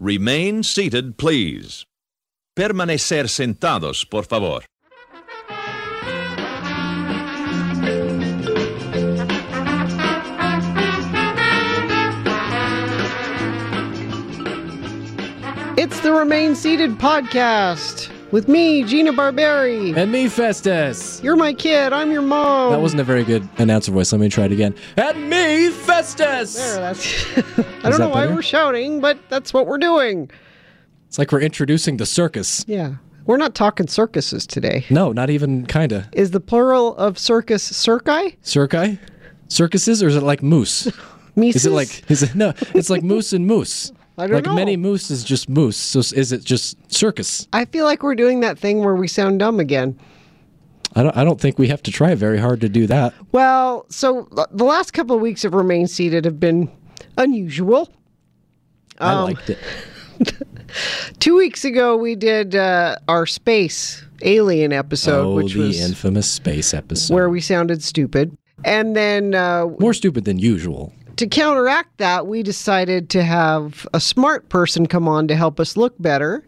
Remain seated, please. Permanecer sentados, por favor. It's the Remain Seated podcast with me, Gina Barberi. And me, Festus. You're my kid. I'm your mom. That wasn't a very good announcer voice. Let me try it again. And me, Festus. There, that's. I don't know that why better? we're shouting, but that's what we're doing. It's like we're introducing the circus. Yeah. We're not talking circuses today. No, not even kinda. Is the plural of circus circi? Circi? Circuses, or is it like moose? Mises? Is it like is it no? It's like moose and moose. I don't like know. many moose is just moose. So s- is it just circus? I feel like we're doing that thing where we sound dumb again. I don't. I don't think we have to try very hard to do that. Well, so l- the last couple of weeks of Remain Seated have been unusual. Um, I liked it. Two weeks ago, we did uh, our space alien episode, oh, uh, which the was infamous space episode. where we sounded stupid. And then uh, more stupid than usual. to counteract that, we decided to have a smart person come on to help us look better.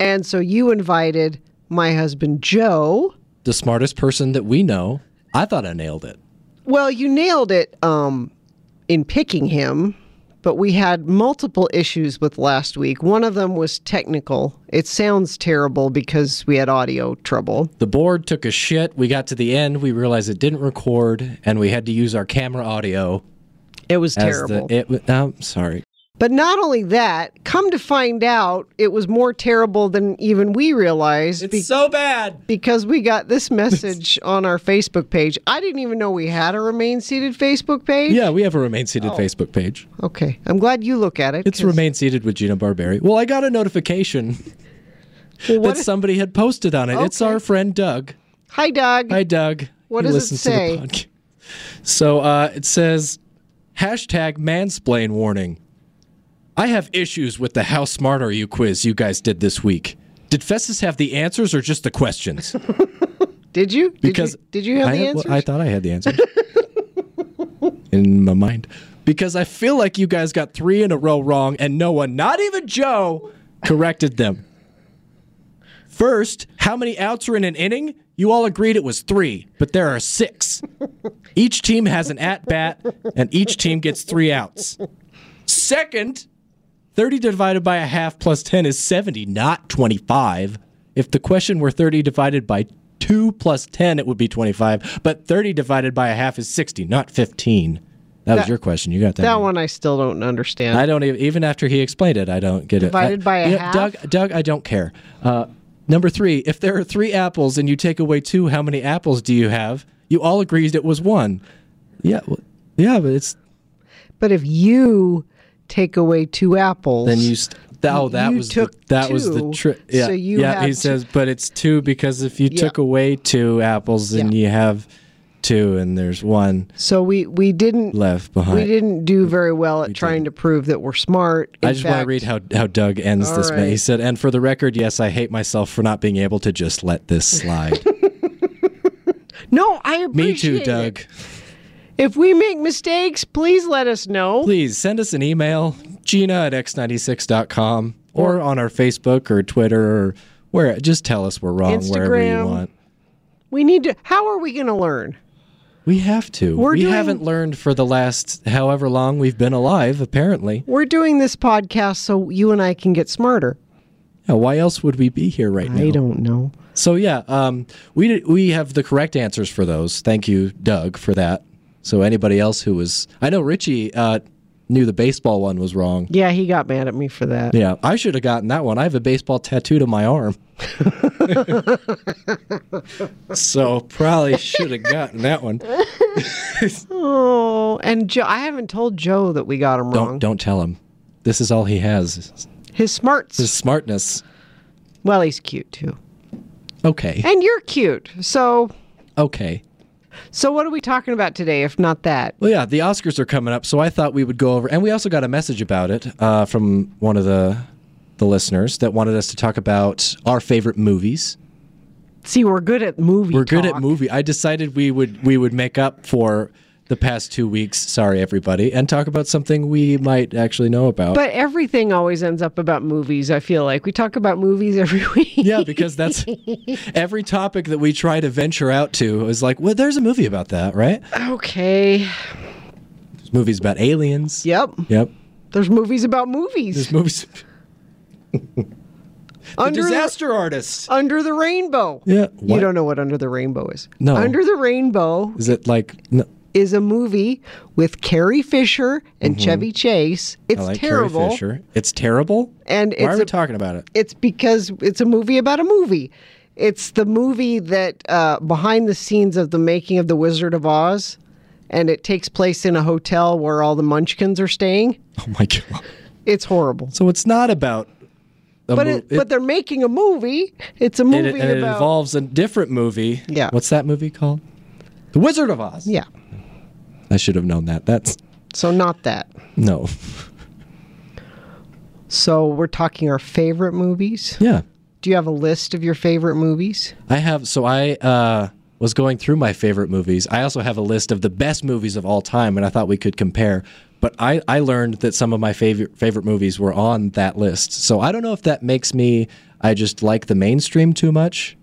And so you invited my husband, Joe. The smartest person that we know. I thought I nailed it. Well, you nailed it um, in picking him, but we had multiple issues with last week. One of them was technical. It sounds terrible because we had audio trouble. The board took a shit. We got to the end. We realized it didn't record, and we had to use our camera audio. It was As terrible. The, it, wa- I'm sorry. But not only that, come to find out, it was more terrible than even we realized be- so bad. because we got this message on our Facebook page. I didn't even know we had a Remain Seated Facebook page. Yeah, we have a Remain Seated Oh. Facebook page. Okay. I'm glad you look at it. It's 'cause- Remain Seated with Gina Barberi. Well, I got a notification Well, what- that somebody had posted on it. It's Okay. our friend Doug. Hi, Doug. Hi, Doug. What He does it listens to the say? podca- So uh, it says hashtag mansplain warning. I have issues with the how smart are you quiz you guys did this week. Did Festus have the answers or just the questions? Did you? Did Because you, did you have I the had- well, answers? I thought I had the answers in my mind because I feel like you guys got three in a row wrong, and no one, not even Joe, corrected them. First, how many outs are in an inning? You all agreed it was three, but there are six. Each team has an at bat, and each team gets three outs. Second, 30 divided by a half plus 10 is 70, not 25. If the question were 30 divided by 2 plus 10, it would be 25. But 30 divided by a half is 60, not 15. That, was That- your question. You got that. that right. one I still don't understand. I don't even, even after he explained it, I don't get it. Divided I- by a you know, half? Doug, Doug, I don't care. Uh, number three, if there are three apples and you take away two, how many apples do you have? You all agreed it was one. Yeah, well, yeah, but it's but if you take away two apples, Then you, st- th- oh, that you was the, took that was the two, trick. so Yeah, you yeah. have He two- says, but it's two because if you Yeah. took away two apples, then Yeah. you have two, and there's one so we we didn't left behind. we didn't do very well at trying to prove that we're smart. In I just want to fact, read how, how Doug ends All this. ma- He right. said, and for the record, yes, I hate myself for not being able to just let this slide. No, I Me appreciate too, it. Doug. If we make mistakes, please let us know. Please send us an email, Gina at x96.com, or on our Facebook or Twitter or where. Just tell us we're wrong wherever you Instagram. want. We need to. How are we going to learn? We have to. We're we doing- haven't learned for the last however long we've been alive, apparently. We're doing this podcast so you and I can get smarter. Yeah, why else would we be here right I now? don't know. So yeah, um, we did, we have the correct answers for those. Thank you, Doug, for that. So anybody else who was, I know Richie uh, knew the baseball one was wrong. Yeah, he got mad at me for that. Yeah, I should have gotten that one. I have a baseball tattooed on my arm. so probably should have gotten that one. Oh, and Joe, I haven't told Joe that we got him wrong. Don't don't tell him. This is all he has. His smarts. His smartness. well, he's cute too. Okay. And you're cute. So Okay. so what are we talking about today if not that? Well, yeah, the Oscars are coming up, so I thought we would go over, and we also got a message about it uh, from one of the the listeners that wanted us to talk about our favorite movies. See, we're good at movie We're good at talk. movie. I decided we would we would make up for the past two weeks. Sorry, everybody, and talk about something we might actually know about. But everything always ends up about movies, I feel like. We talk about movies every week. yeah, because that's every topic that we try to venture out to is like, well, there's a movie about that, right? Okay. There's movies about aliens. Yep. Yep. There's movies about movies. There's movies. The Under the, disaster artists. under the rainbow. Yeah. Uh, You What? don't know what Under the Rainbow is. No. Under the Rainbow Is it like no, is a movie with Carrie Fisher and Chevy Chase. It's Mm-hmm. I like terrible. Carrie Fisher? It's terrible. And why it's are we a- talking about it? It's because it's a movie about a movie. It's the movie that uh, behind the scenes of the making of The Wizard of Oz, and it takes place in a hotel where all the Munchkins are staying. Oh my god! It's horrible. So it's not about. A But mo- it, but they're making a movie. It's a and movie it, and it about involves a different movie. Yeah. What's that movie called? The Wizard of Oz. yeah. I should have known that. That's So not that. no. So we're talking our favorite movies. Yeah. Do you have a list of your favorite movies? I have so I uh, was going through my favorite movies. I also have a list of the best movies of all time, and I thought we could compare. But I, I learned that some of my favorite favorite movies were on that list. So I don't know if that makes me I just like the mainstream too much,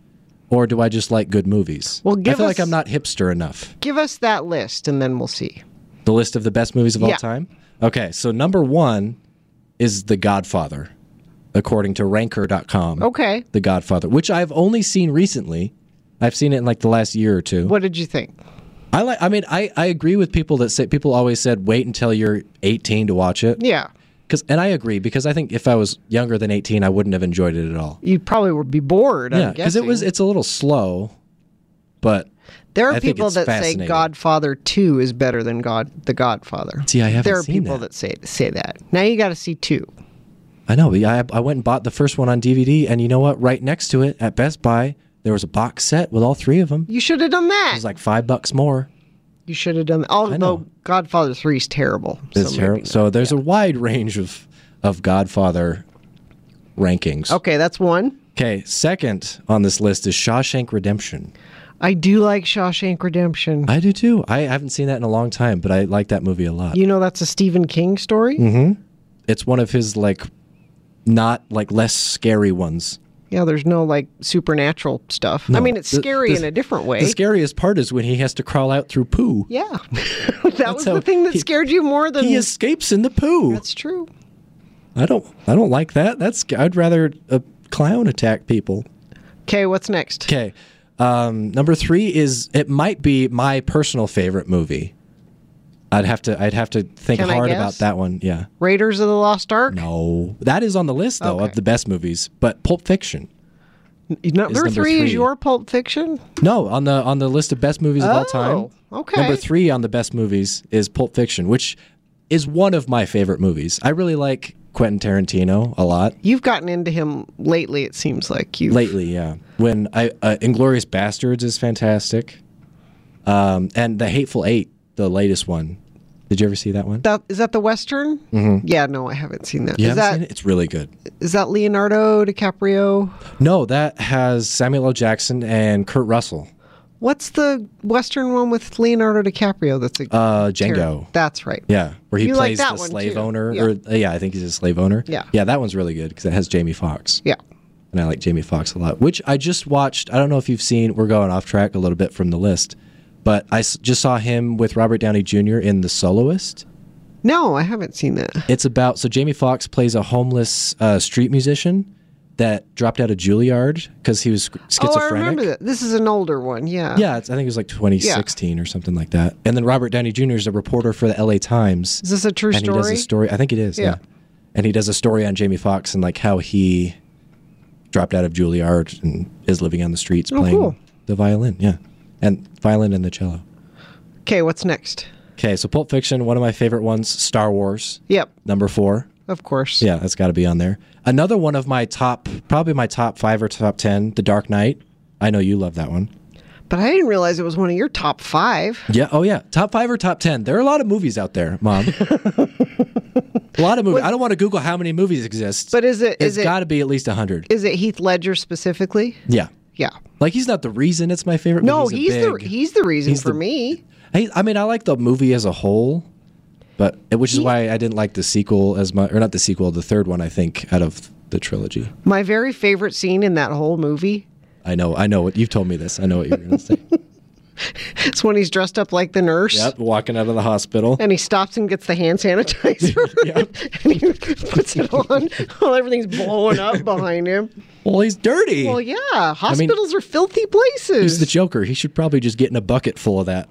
or do I just like good movies? Well, give I feel us- like I'm not hipster enough. Give us that list and then we'll see. The list of the best movies of all Yeah. time. Okay, so number one is The Godfather, according to Ranker.com. Okay. The Godfather, which I've only seen recently. I've seen it in like the last year or two. What did you think? I like. I mean, I, I agree with people that say people always said wait until you're 18 to watch it. Yeah. Because and I agree because I think if I was younger than 18, I wouldn't have enjoyed it at all. You probably would be bored. Yeah, I'm because it was guessing. it's a little slow, but There I are think people it's that say fascinating. Godfather Two is better than God the Godfather. See, I haven't There are seen people that. that say say that. Now you got to see two. I know. I I went and bought the first one on DVD, and you know what? Right next to it at Best Buy, there was a box set with all three of them. It You should have done that. was like five bucks more. you should have done that. Although know. Godfather Three is terrible. so It's maybe terrible. not. So there's a wide range of of Godfather rankings. Okay, that's one. Okay, second on this list is Shawshank Redemption. I do like Shawshank Redemption. I do too. I haven't seen that in a long time, but I like that movie a lot. you know that's a Stephen King story. It's one of his like not like less scary ones. Yeah, there's no like supernatural stuff. I mean, it's The- scary the- in a different way. The scariest part is when he has to crawl out through poo. yeah, that was how the thing that he- scared you more than He escapes in the poo. That's true. I don't I don't like that. That's I'd rather a clown attack people. Okay, what's next? Okay. Um, number three is it might be my personal favorite movie. I'd have to I'd have to think Can I hard guess? about that one. Yeah. Raiders of the Lost Ark. No, that is on the list though Okay. of the best movies. But Pulp Fiction. Number number three is three. your Pulp Fiction. No, on the on the list of best movies of all time. Oh, okay. Number three on the best movies is Pulp Fiction, which is one of my favorite movies. I really like Quentin Tarantino a lot. You've gotten into him lately. It seems like you. Lately, yeah. When I uh, Inglorious Bastards is fantastic, um, and The Hateful Eight, the latest one. Did you ever see that one? That is that the Western? Mm-hmm. Yeah, no, I haven't seen that. you Is haven't that seen it? It's really good. is that Leonardo DiCaprio? No, that has Samuel L. Jackson and Kurt Russell. What's the Western one with Leonardo DiCaprio? That's a Uh, Django. That's right. Yeah, where he You like plays that the one, slave too. owner. Yeah. Or uh, yeah, I think he's a slave owner. Yeah. yeah, that one's really good because it has Jamie Foxx. Yeah. and I like Jamie Foxx a lot, which I just watched. I don't know if you've seen. We're going off track a little bit from the list, but I s- just saw him with Robert Downey Jr. in The Soloist. No, I haven't seen that. It's about so Jamie Foxx plays a homeless uh, street musician that dropped out of Juilliard because he was sc- Oh, I schizophrenic. remember that. This is an older one. Yeah. Yeah, it's, I think it was like 2016 or something like that. And then Robert Downey Jr. is a reporter for the LA Times. Is this a true and he does story? a story. I think it is. Yeah. Yeah. And he does a story on Jamie Foxx and like how he dropped out of Juilliard and is living on the streets playing Oh, cool. the violin. Yeah. And violin and the cello. Okay, what's next? Okay, so Pulp Fiction, one of my favorite ones, Star Wars, Yep. number four. of course. Yeah, that's got to be on there. Another one of my top, probably my top five or top 10, The Dark Knight. I know you love that one. But I didn't realize it was one of your top five. Yeah. Oh, yeah. Top five or top 10. There are a lot of movies out there, Mom. a lot of movies. I don't want to Google how many movies exist. But is it- is it- it's got to be at least 100. Is it Heath Ledger specifically? yeah. Yeah. Like, he's not the reason it's my favorite No, movie. he's, the he's the reason He's for the- me. I, I mean, I like the movie as a whole, but eh, which is why I didn't like the sequel as much, or not the sequel, the third one. I think out of the trilogy. My very favorite scene in that whole movie I know, I know what you've told me this. I know what you're gonna say. is when he's dressed up like the nurse. yep, walking out of the hospital. And he stops and gets the hand sanitizer. and he puts it on while everything's blowing up behind him. Well, he's dirty. Well, yeah, hospitals are filthy places. He's the Joker. He should probably just get in a bucket full of that.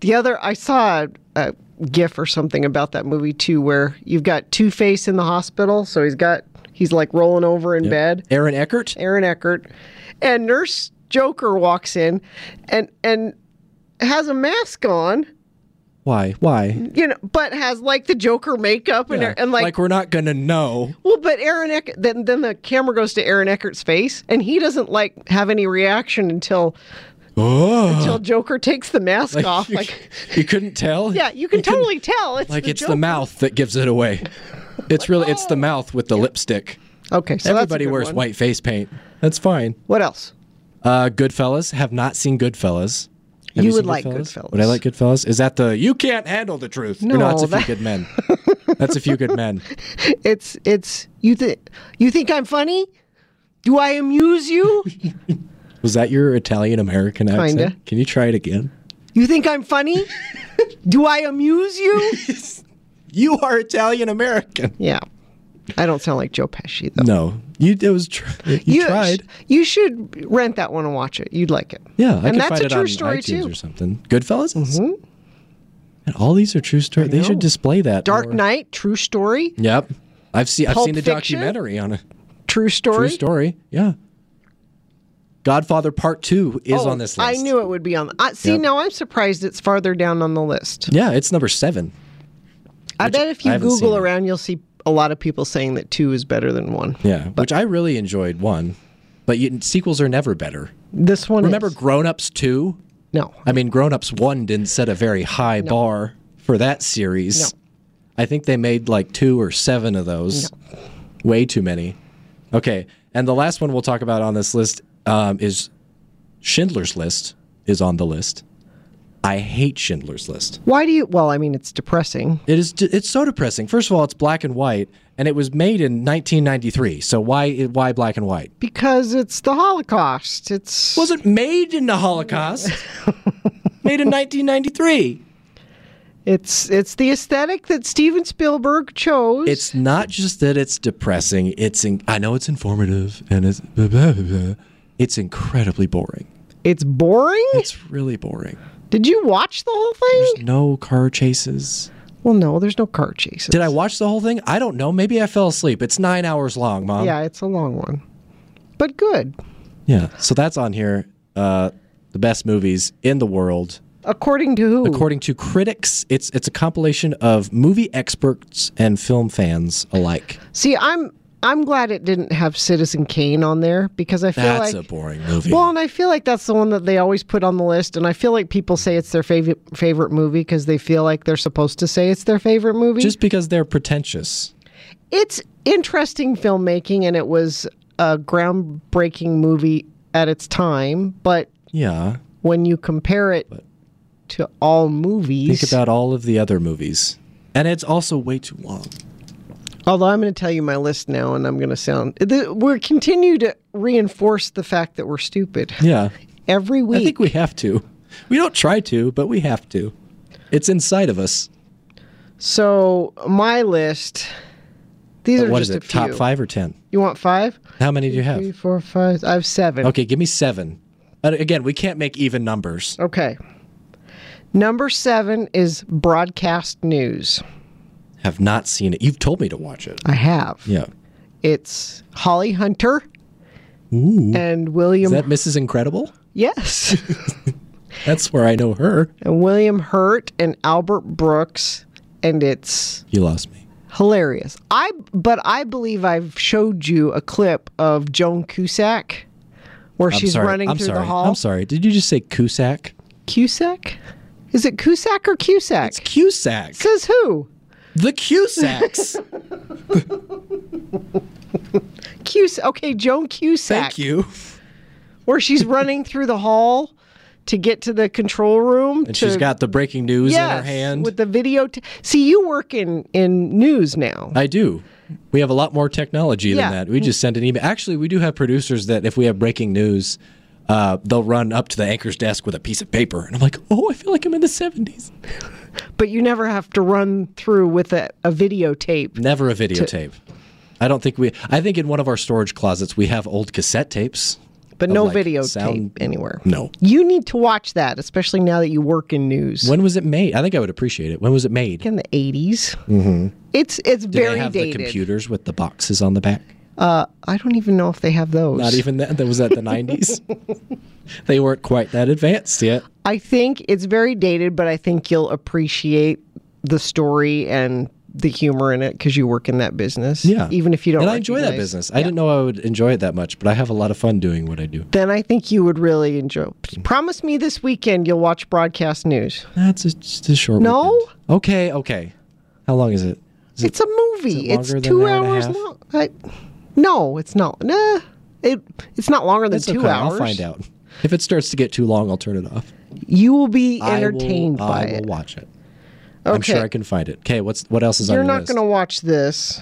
The other, I saw a, a gif or something about that movie too, where you've got Two Face in the hospital, so he's got he's like rolling over in bed. Aaron Eckert. Aaron Eckert, and Nurse Joker walks in, and and has a mask on, Why? Why? you know, but has like the Joker makeup and Yeah. and like. we're not gonna know. well, but Aaron Eckert, then, then the camera goes to Aaron Eckert's face, and he doesn't like have any reaction until Oh, until Joker takes the mask off. you, Like, you couldn't tell. yeah, you can couldn't- totally tell. It's Like the it's Joker. the mouth that gives it away. It's really it's the mouth with the lipstick. Okay, so that's a Everybody good wears one. white face paint. That's fine. What else? Uh, Goodfellas. Have not seen Goodfellas. Have You would seen like Would I Goodfellas. like Goodfellas? Is that the you can't handle the truth? Or No, it's a few that- good men. That's a few good men. It's it's you think you think I'm funny? Do I amuse you? Was that your Italian American accent? Kinda. Can you try it again? You think I'm funny? Do I amuse you? You are Italian American. Yeah. I don't sound like Joe Pesci though. No, you it was tr- you, tried. You should rent that one and watch it. You'd like it. Yeah, I and could that's find a it true on story iTunes too. or something. Goodfellas. Mm-hmm. And all these are true stories. They should know. display that. Dark more. Knight, true story, Yep. I've seen. I've Pulp seen a Fiction? documentary on it. true story. True story. Yeah. Godfather Part Two is Oh, on this I list. knew it would be on. The, uh, see, Yep. now I'm surprised it's farther down on the list. Yeah, it's number seven. I bet if you haven't seen Google it. around, you'll see a lot of people saying that two is better than one. Yeah, which I really enjoyed one, but you, sequels are never better. This one. Remember is. Grown Ups Two? No, I mean, Grown Ups One didn't set a very high bar for that series. No. I think they made like two or seven of those. Way too many. Okay, and the last one we'll talk about on this list um, is Schindler's List is on the list. I hate Schindler's List. Why do you? Well, I mean, it's depressing. It is. It's so depressing. First of all, it's black and white, and it was made in 1993. So why why black and white? Because it's the Holocaust. It's Was it made in the Holocaust? made in 1993. it's it's the aesthetic that Steven Spielberg chose. It's not just that it's depressing. It's in, I know it's informative and it's it's incredibly boring. it's boring. It's really boring. Did you watch the whole thing? No car chases. Well, no, there's no car chases. Did I watch the whole thing? I don't know. Maybe I fell asleep. It's nine hours long, mom. Yeah, it's a long one, but good. Yeah. So that's on here. Uh, the best movies in the world. According to who? According to critics, it's it's a compilation of movie experts and film fans alike. See, I'm I'm glad it didn't have Citizen Kane on there because I feel That's like a boring movie. Well, and I feel like that's the one that they always put on the list, and I feel like people say it's their favorite favorite movie because they feel like they're supposed to say it's their favorite movie. Just because they're pretentious. it's interesting filmmaking, and it was a groundbreaking movie at its time. But Yeah. when you compare it to all movies, Think about all of the other movies. And it's also way too long. although I'm going to tell you my list now, and I'm going to sound th- we're continue to reinforce the fact that we're stupid Yeah. every week. I think we have to. We don't try to, but we have to. It's inside of us. so my list. These are What just is a it? few. Top five or ten? You want five? How many do you Three, have? four, five. I have seven. Okay, give me seven. But again, we can't make even numbers. Okay. Number seven is broadcast news. Have not seen it. You've told me to watch it. I have. Yeah. It's Holly Hunter Ooh. and William. Is that Mrs. Incredible? yes. That's where I know her. and William Hurt and Albert Brooks. And it's You lost me. Hilarious. I but I believe I've showed you a clip of Joan Cusack where I'm she's sorry. running I'm through sorry. the hall. I'm sorry. Did you just say Cusack? Cusack? Is it Cusack or Cusack? It's Cusack. Says who? The Cusacks. Cus okay, Joan Cusack. Thank you. Where she's running through the hall to get to the control room. And to, she's got the breaking news in her yes, hand. with the video. T- See, you work in in news now. I do. We have a lot more technology Yeah. than that. We just send an email. Actually, we do have producers that if we have breaking news, uh, they'll run up to the anchor's desk with a piece of paper, and I'm like, "Oh, I feel like I'm in the '70s." But you never have to run through with a, a videotape. Never a videotape. I don't think we. I think in one of our storage closets we have old cassette tapes, But of, no Oh, like, videotape sound- anywhere. No. You need to watch that, especially now that you work in news. When was it made? I think I would appreciate it. When was it made? in the 80s. Mm-hmm. It's it's Do very they have dated. the computers with the boxes on the back? I don't even know if they have those. Not even that. That was at the '90s. they weren't quite that advanced yet. I think it's very dated, but I think you'll appreciate the story and the humor in it because you work in that business. Yeah. Even if you don't And I enjoy that recognize- business. I didn't know I would enjoy it that much, but I have a lot of fun doing what I do. Then I think you would really enjoy. Promise me this weekend you'll watch broadcast news. That's a, just a short No? weekend. Okay, okay. How long is it? Is it It's a movie. it longer It's than two an hour and a hours half? long. I, no, it's not. Nah, it it's not longer than it's two okay. hours. I'll find out. If it starts to get too long, I'll turn it off. You will be I will- entertained by I will it. watch it. I'm Okay, sure I can find it. Okay, what's what else is you're on your not list? going to watch this.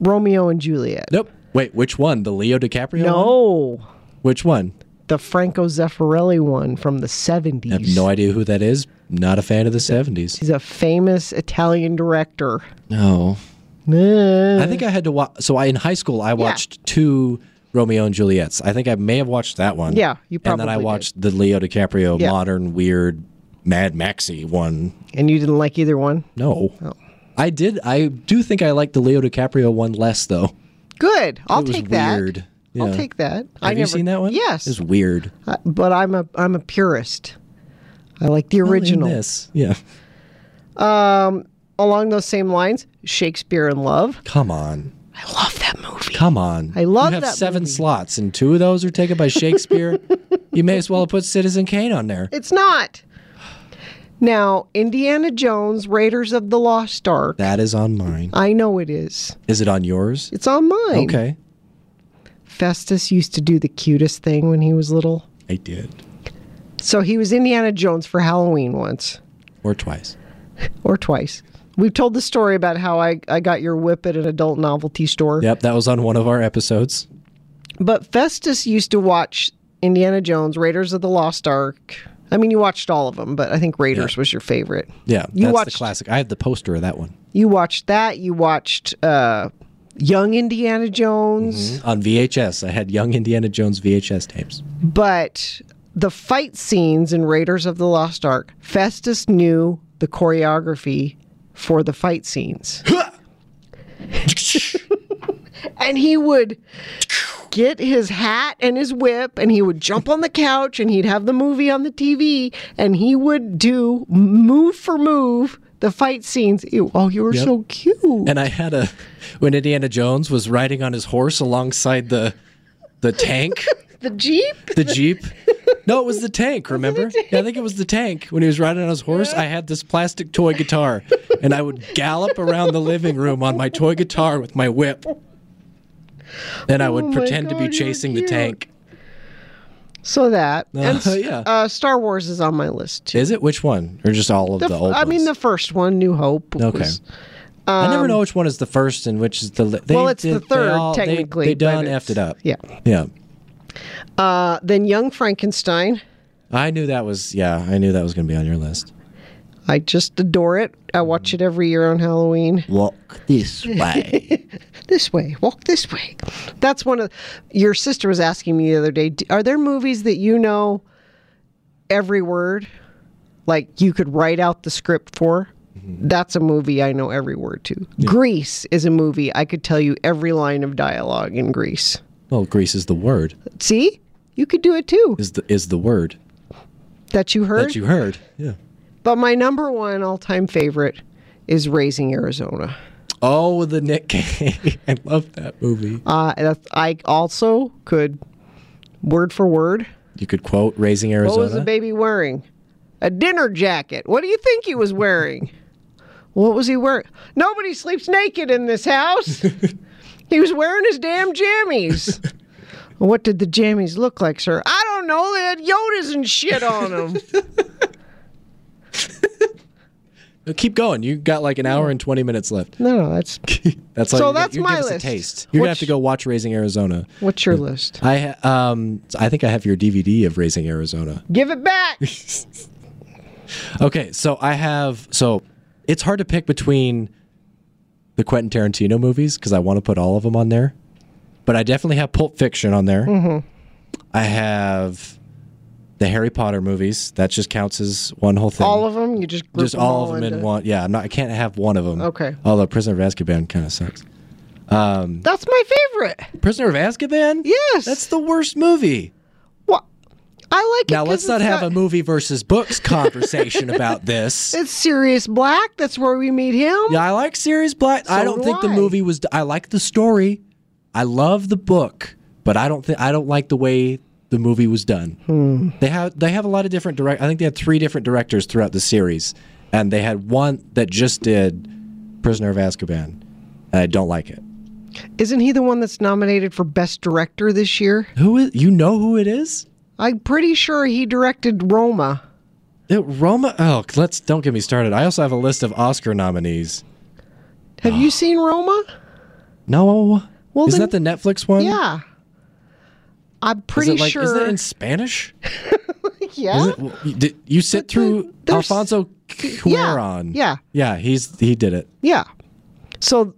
Romeo and Juliet. Nope. Wait, which one? The Leo DiCaprio? one? No. Which one? the Franco Zeffirelli one from the I have 70s. no idea who that is. Not a fan of the 70s. He's a famous Italian director. No. Eh. I think I had to watch. So I in high school I watched two Romeo and Juliet's. I think I may have watched that one. Yeah, you And then I probably did. watched the Leo DiCaprio Yeah. modern weird Mad Maxi one. And you didn't like either one? No. Oh. I did. I do think I liked the Leo DiCaprio one less though. Good. I'll was take that. weird. I'll Yeah. take that. Have I you never, seen that one? Yes. It's weird. I- but I'm a I'm a purist. I like the Well, in original. This. Yeah. Along those same lines, Shakespeare in Love. Come on. I love that movie. Come on. I love You have that seven movie. slots, and two of those are taken by Shakespeare. you may as well have put Citizen Kane on there. It's not. Now, Indiana Jones, Raiders of the Lost Ark. That is on mine. I know it is. Is it on yours? It's on mine. Okay. Festus used to do the cutest thing when he was little. I did. So he was Indiana Jones for Halloween once Or twice. or twice. We've told the story about how I, I got your whip at an adult novelty store. Yep, that was on one of our episodes. But Festus used to watch Indiana Jones, Raiders of the Lost Ark. I mean, you watched all of them, but I think Raiders Yeah. was your favorite. Yeah, You that's watched- the classic. I have the poster of that one You watched that. You watched uh, Young Indiana Jones. on VHS. I had young Indiana Jones VHS tapes. But the fight scenes in Raiders of the Lost Ark, Festus knew the choreography for the fight scenes. and he would get his hat and his whip and he would jump on the couch and he'd have the movie on the TV and he would do move for move the fight scenes. Ew, oh, you were so cute. And I had a when Indiana Jones was riding on his horse alongside the the tank, the Jeep? the jeep. No, it was the tank. Remember? Yeah, I think it was the tank. When he was riding on his horse, I had this plastic toy guitar, and I would gallop around the living room on my toy guitar with my whip. Then I would my pretend to God, be you were chasing the cute. tank. So that. and s- yeah. uh, Star Wars is on my list too. Is it which one, or just all of the, The f- old? I mean, the ones? first one, New Hope. okay. was- I never know which one is the first and which is the. Li- they well, it's the did- they third all- they- technically. They, but done it's- effed it up. Yeah. yeah. Uh, then Young Frankenstein. I knew that was. Yeah, I knew that was going to be on your list. I just adore it. I watch it every year on Halloween. Walk this way. This way, walk this way. That's one of your sister was asking me the other day. "D- Are there movies that you know every word, like you could write out the script for? Mm-hmm. That's a movie I know every word to. Grease is a movie I could tell you every line of dialogue in Grease. well, Greece is the word. See, you could do it too. Is the is the word That you heard. that you heard? Yeah. But my number one all time favorite is Raising Arizona. Oh, with the Nick Cage. I love that movie. Uh, and that's- I also could, word for word, You could quote Raising Arizona. what was the baby wearing? A dinner jacket. What do you think he was wearing? What was he wearing? Nobody sleeps naked in this house. he was wearing his damn jammies. what did the jammies look like, sir? I don't know. They had Yodas and shit on them. Uh, Keep going. You got like an hour and 20 minutes left. no, no, that's That's all So you got. that's You my give us a list. taste. You're going to have Which- to go watch Raising Arizona. what's your list? I ha- um I think I have your DVD of Raising Arizona. Give it back. Okay, so I have so it's hard to pick between the Quentin Tarantino movies because I want to put all of them on there, but I definitely have Pulp Fiction on there. Mm-hmm. I have the Harry Potter movies. That just counts as one whole thing. All of them. You just group just all of them in into- one. Yeah, I'm not. I can't have one of them. Okay. Although Prisoner of Azkaban kind of sucks. That's my favorite. Prisoner of Azkaban. Yes. That's the worst movie. What? I like it. Now 'cause let's it's not have a movie versus books conversation about this. It's Sirius Black. That's where we meet him. Yeah, I like Sirius Black. I So don't do think the I. movie was. I like the story. I love the book, but I don't think I don't like the way the movie was done. Hmm. They have they have a lot of different direct. I think they had three different directors throughout the series, and they had one that just did Prisoner of Azkaban. And I don't like it. Isn't he the one that's nominated for Best Director this year? Who is you know who it is? I'm pretty sure he directed Roma. It, Roma. Oh, let's don't get me started. I also have a list of Oscar nominees. Have you seen Roma? Um, No, Well, isn't then- that the Netflix one? Yeah. I'm Is pretty it like, sure. Is that in Spanish? yeah. Is it- well, you, did, you sit through there's- Alfonso Cuarón. yeah. yeah, he's he did it. Yeah. So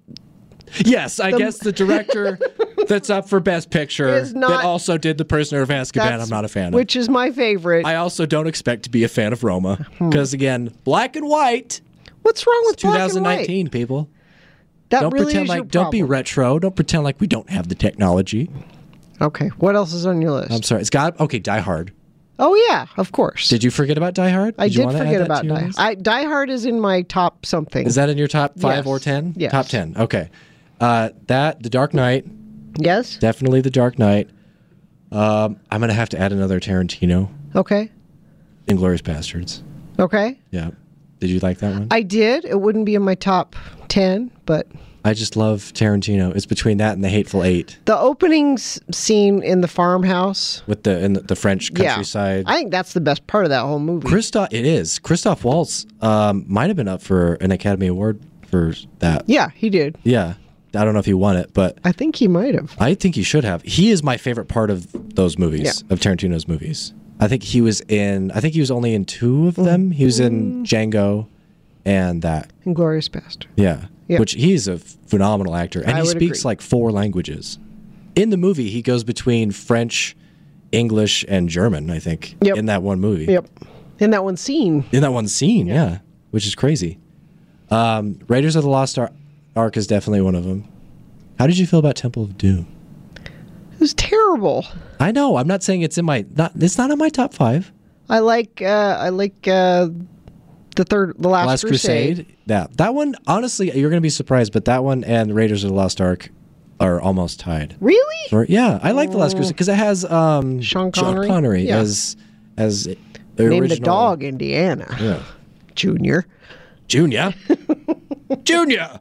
Yes, I guess the director that's up for Best Picture Is not- that also did The Prisoner of Azkaban. that's I'm not a fan. Which is my favorite. of. I also don't expect to be a fan of Roma Hmm. because again, black and white, What's wrong with black and white? 2019 people. That Don't really pretend is your like don't be problem. retro. Don't pretend like we don't have the technology. Okay. What else is on your list? I'm sorry. It's got okay. Die Hard. oh yeah, of course. Did you forget about Die Hard? I you did wanna add forget that about to your Die. list? I, Die Hard is in my top something. Is that in your top five Yes. or ten? Yes. Top ten. Okay. Uh, that The Dark Knight, yes. definitely The Dark Knight. Um, I'm gonna have to add another Tarantino, Okay. Inglorious Bastards. Okay. Yeah. Did you like that one? I did. It wouldn't be in my top ten, but I just love Tarantino. It's between that and The Hateful Eight The opening s- scene in the farmhouse. with the in the, the French countryside. Yeah. I think that's the best part of that whole movie. Christoph, it is Christoph Waltz. Um, might have been up for an Academy Award for that. yeah, he did. Yeah. I don't know if he won it, but I think he might have. I think he should have. He is my favorite part of those movies, Yeah. of Tarantino's movies. I think he was in. I think he was only in two Mm-hmm. of them. He was in Django, and that. Inglorious Bastard. Yeah, Yeah. which he's a phenomenal actor, and I he would speaks agree. like four languages. In the movie, he goes between French, English, and German. I think Yep. in that one movie. Yep. In that one scene. In that one scene, yeah, which is crazy. Um, Raiders of the Lost Ar- Ark is definitely one of them. How did you feel about Temple of Doom? It was terrible. I know. I'm not saying it's in my not. It's not in my top five. I like uh I like uh the third the last, Last Crusade. That that one. Honestly, you're gonna be surprised, but that one and Raiders of the Lost Ark are almost tied. Really? Or- yeah, I like the Last Crusade because it has um, Sean Connery? Yeah. as as the Name the original- dog Indiana. Yeah. Junior. Junior. Junior.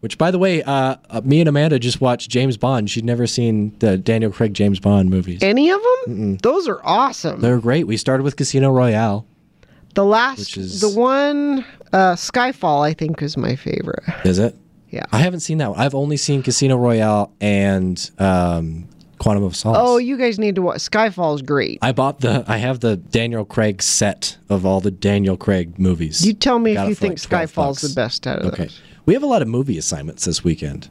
Which, by the way, uh, uh, me and Amanda just watched James Bond. She'd never seen the Daniel Craig James Bond movies. Any of them? Those are awesome. They're great. We started with Casino Royale. the last is- the one uh Skyfall I think is my favorite. Is it? Yeah. I haven't seen that one. I've only seen Casino Royale and um, Quantum of Solace. Oh, you guys need to watch Skyfall's great. I bought the. I have the Daniel Craig set of all the Daniel Craig movies. You tell me Got if it you for think like 12 Skyfall's the bucks. best out of Okay, those. we have a lot of movie assignments this weekend.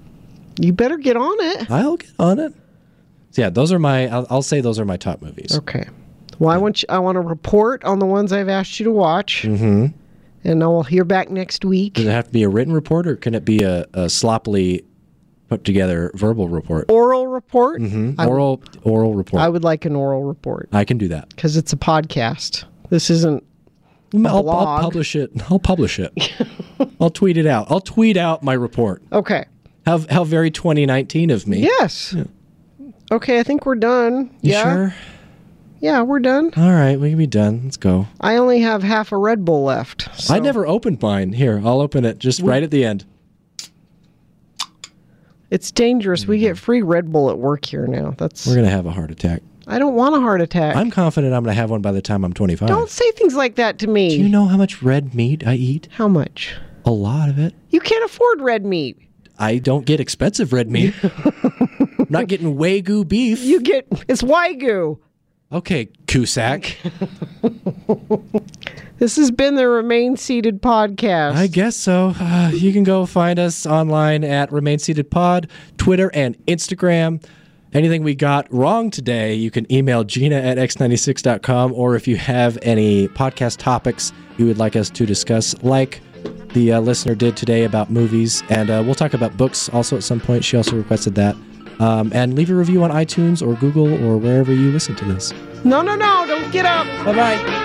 You better get on it. I'll get on it. So yeah, those are my. I'll, I'll say those are my top movies. Okay. Well, I want you, I want to report on the ones I've asked you to watch, mm-hmm. and I'll hear back next week. Does it have to be a written report, or can it be a, a sloppily put together verbal report? Oral report. Mm-hmm. oral oral report. Oh, I I would like an oral report can do that. because it's a podcast. This isn't I'll, I'll blog. publish it. I'll publish it. I'll tweet it out. I'll tweet out my report. Okay. How how very 2019 of me. Yes. Okay, I think we're done. You yeah. sure? Yeah, we're done. All right, we can be done. Let's go. I only have half a Red Bull left. So. I never opened mine. Here, I'll open it just right at the end. It's dangerous. We get free Red Bull at work here now. That's. Mm-hmm. We're gonna have a heart attack. I don't want a heart attack. I'm confident I'm gonna have one by the time I'm 25. don't say things like that to me. Do you know how much red meat I eat? How much? A lot of it. You can't afford red meat. I don't get expensive red meat. I'm not getting wagyu beef. You get it's wagyu. okay, Cusack. This has been the Remain Seated podcast. I guess so. Uh, you can go find us online at Remain Seated Pod, Twitter, and Instagram. Anything we got wrong today, you can email Gina at x96.com, or if you have any podcast topics you would like us to discuss, like the uh, listener did today about movies, and uh, we'll talk about books also at some point. She also requested that. Um, and leave a review on iTunes or Google or wherever you listen to this. no, no, no! Don't get up. Bye bye.